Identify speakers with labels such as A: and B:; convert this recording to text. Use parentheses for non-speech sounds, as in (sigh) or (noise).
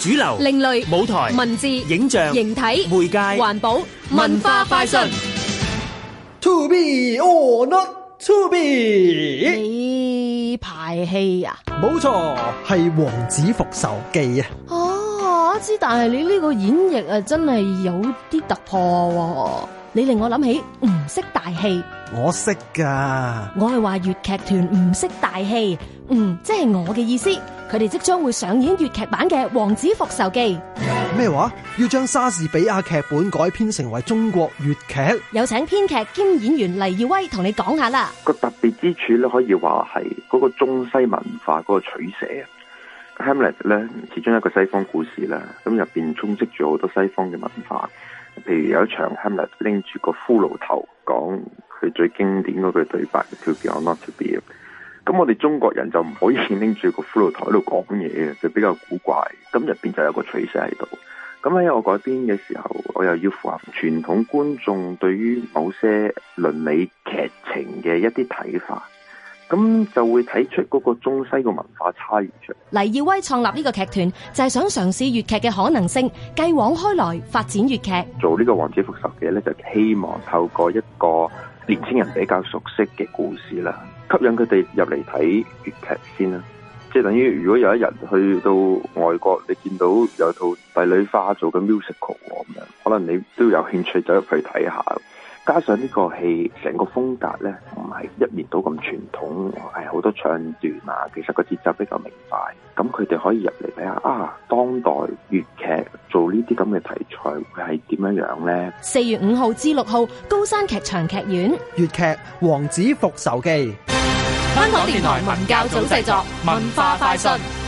A: 主流、
B: 另類
A: 舞台、
B: 文字、
A: 影像、
B: 形體、
A: 媒介、
B: 環保、文
A: 文化
B: 化
A: 快
B: 快訊
A: 訊。
C: To be or not to be，
D: 你排氣啊？
C: 冇錯，係《王子復仇記》啊！
D: 哦，我知，但係你呢個演繹啊，真係有啲突破喎、你令我諗起唔識大戲，
C: 我識噶，
D: 我係話粵劇團唔識大戲，嗯，即係我嘅意思。佢哋即將會上演粵劇版嘅《王子復仇記》，
C: 咩話？要將莎士比亞劇本改編成為中國粵劇？
D: 有請編劇兼演員黎耀威同你講下啦。
E: 個特別之處咧，可以話係嗰個中西文化嗰個取捨啊。Hamlet 咧，始終一個西方故事啦，咁入邊充斥住好多西方嘅文化。譬如有一場 Hamlet 拎住個骷髏頭講佢最經典嗰句對白：To be or not to be。咁我哋中國人就唔可以 (laughs) 拎住個骷髏頭喺度講嘢嘅，就比較古怪。咁入邊就有個取捨喺度。咁喺我改編嘅時候，我又要符合傳統觀眾對於某些呃倫理劇情嘅一啲睇法，咁就會睇出嗰個中西個文化差異出嚟。
D: 黎耀威創立呢個劇團就係想嘗試粵劇嘅可能性，繼往開來發展粵劇。
E: 做呢個《王子復仇記》咧，就希望透過一個年青人比較熟悉嘅故事啦，吸引佢哋入嚟睇粵劇先啦。即係等於如果有一日去到外國，你見到有套《帝女花》做緊 musical 喎咁樣，可能你都有興趣走入去睇下。加上呢個戲成個風格咧，唔係一面倒咁傳統，係好多唱段啊。其實個節奏比較明快，咁佢哋可以入嚟睇下啊，當代粵劇做呢啲咁嘅題材會係點樣樣咧？
D: 四月五號至六號，高山劇場劇院。
C: 粵劇《王子復仇記》。
B: 香港電台文教組製作，文化快訊。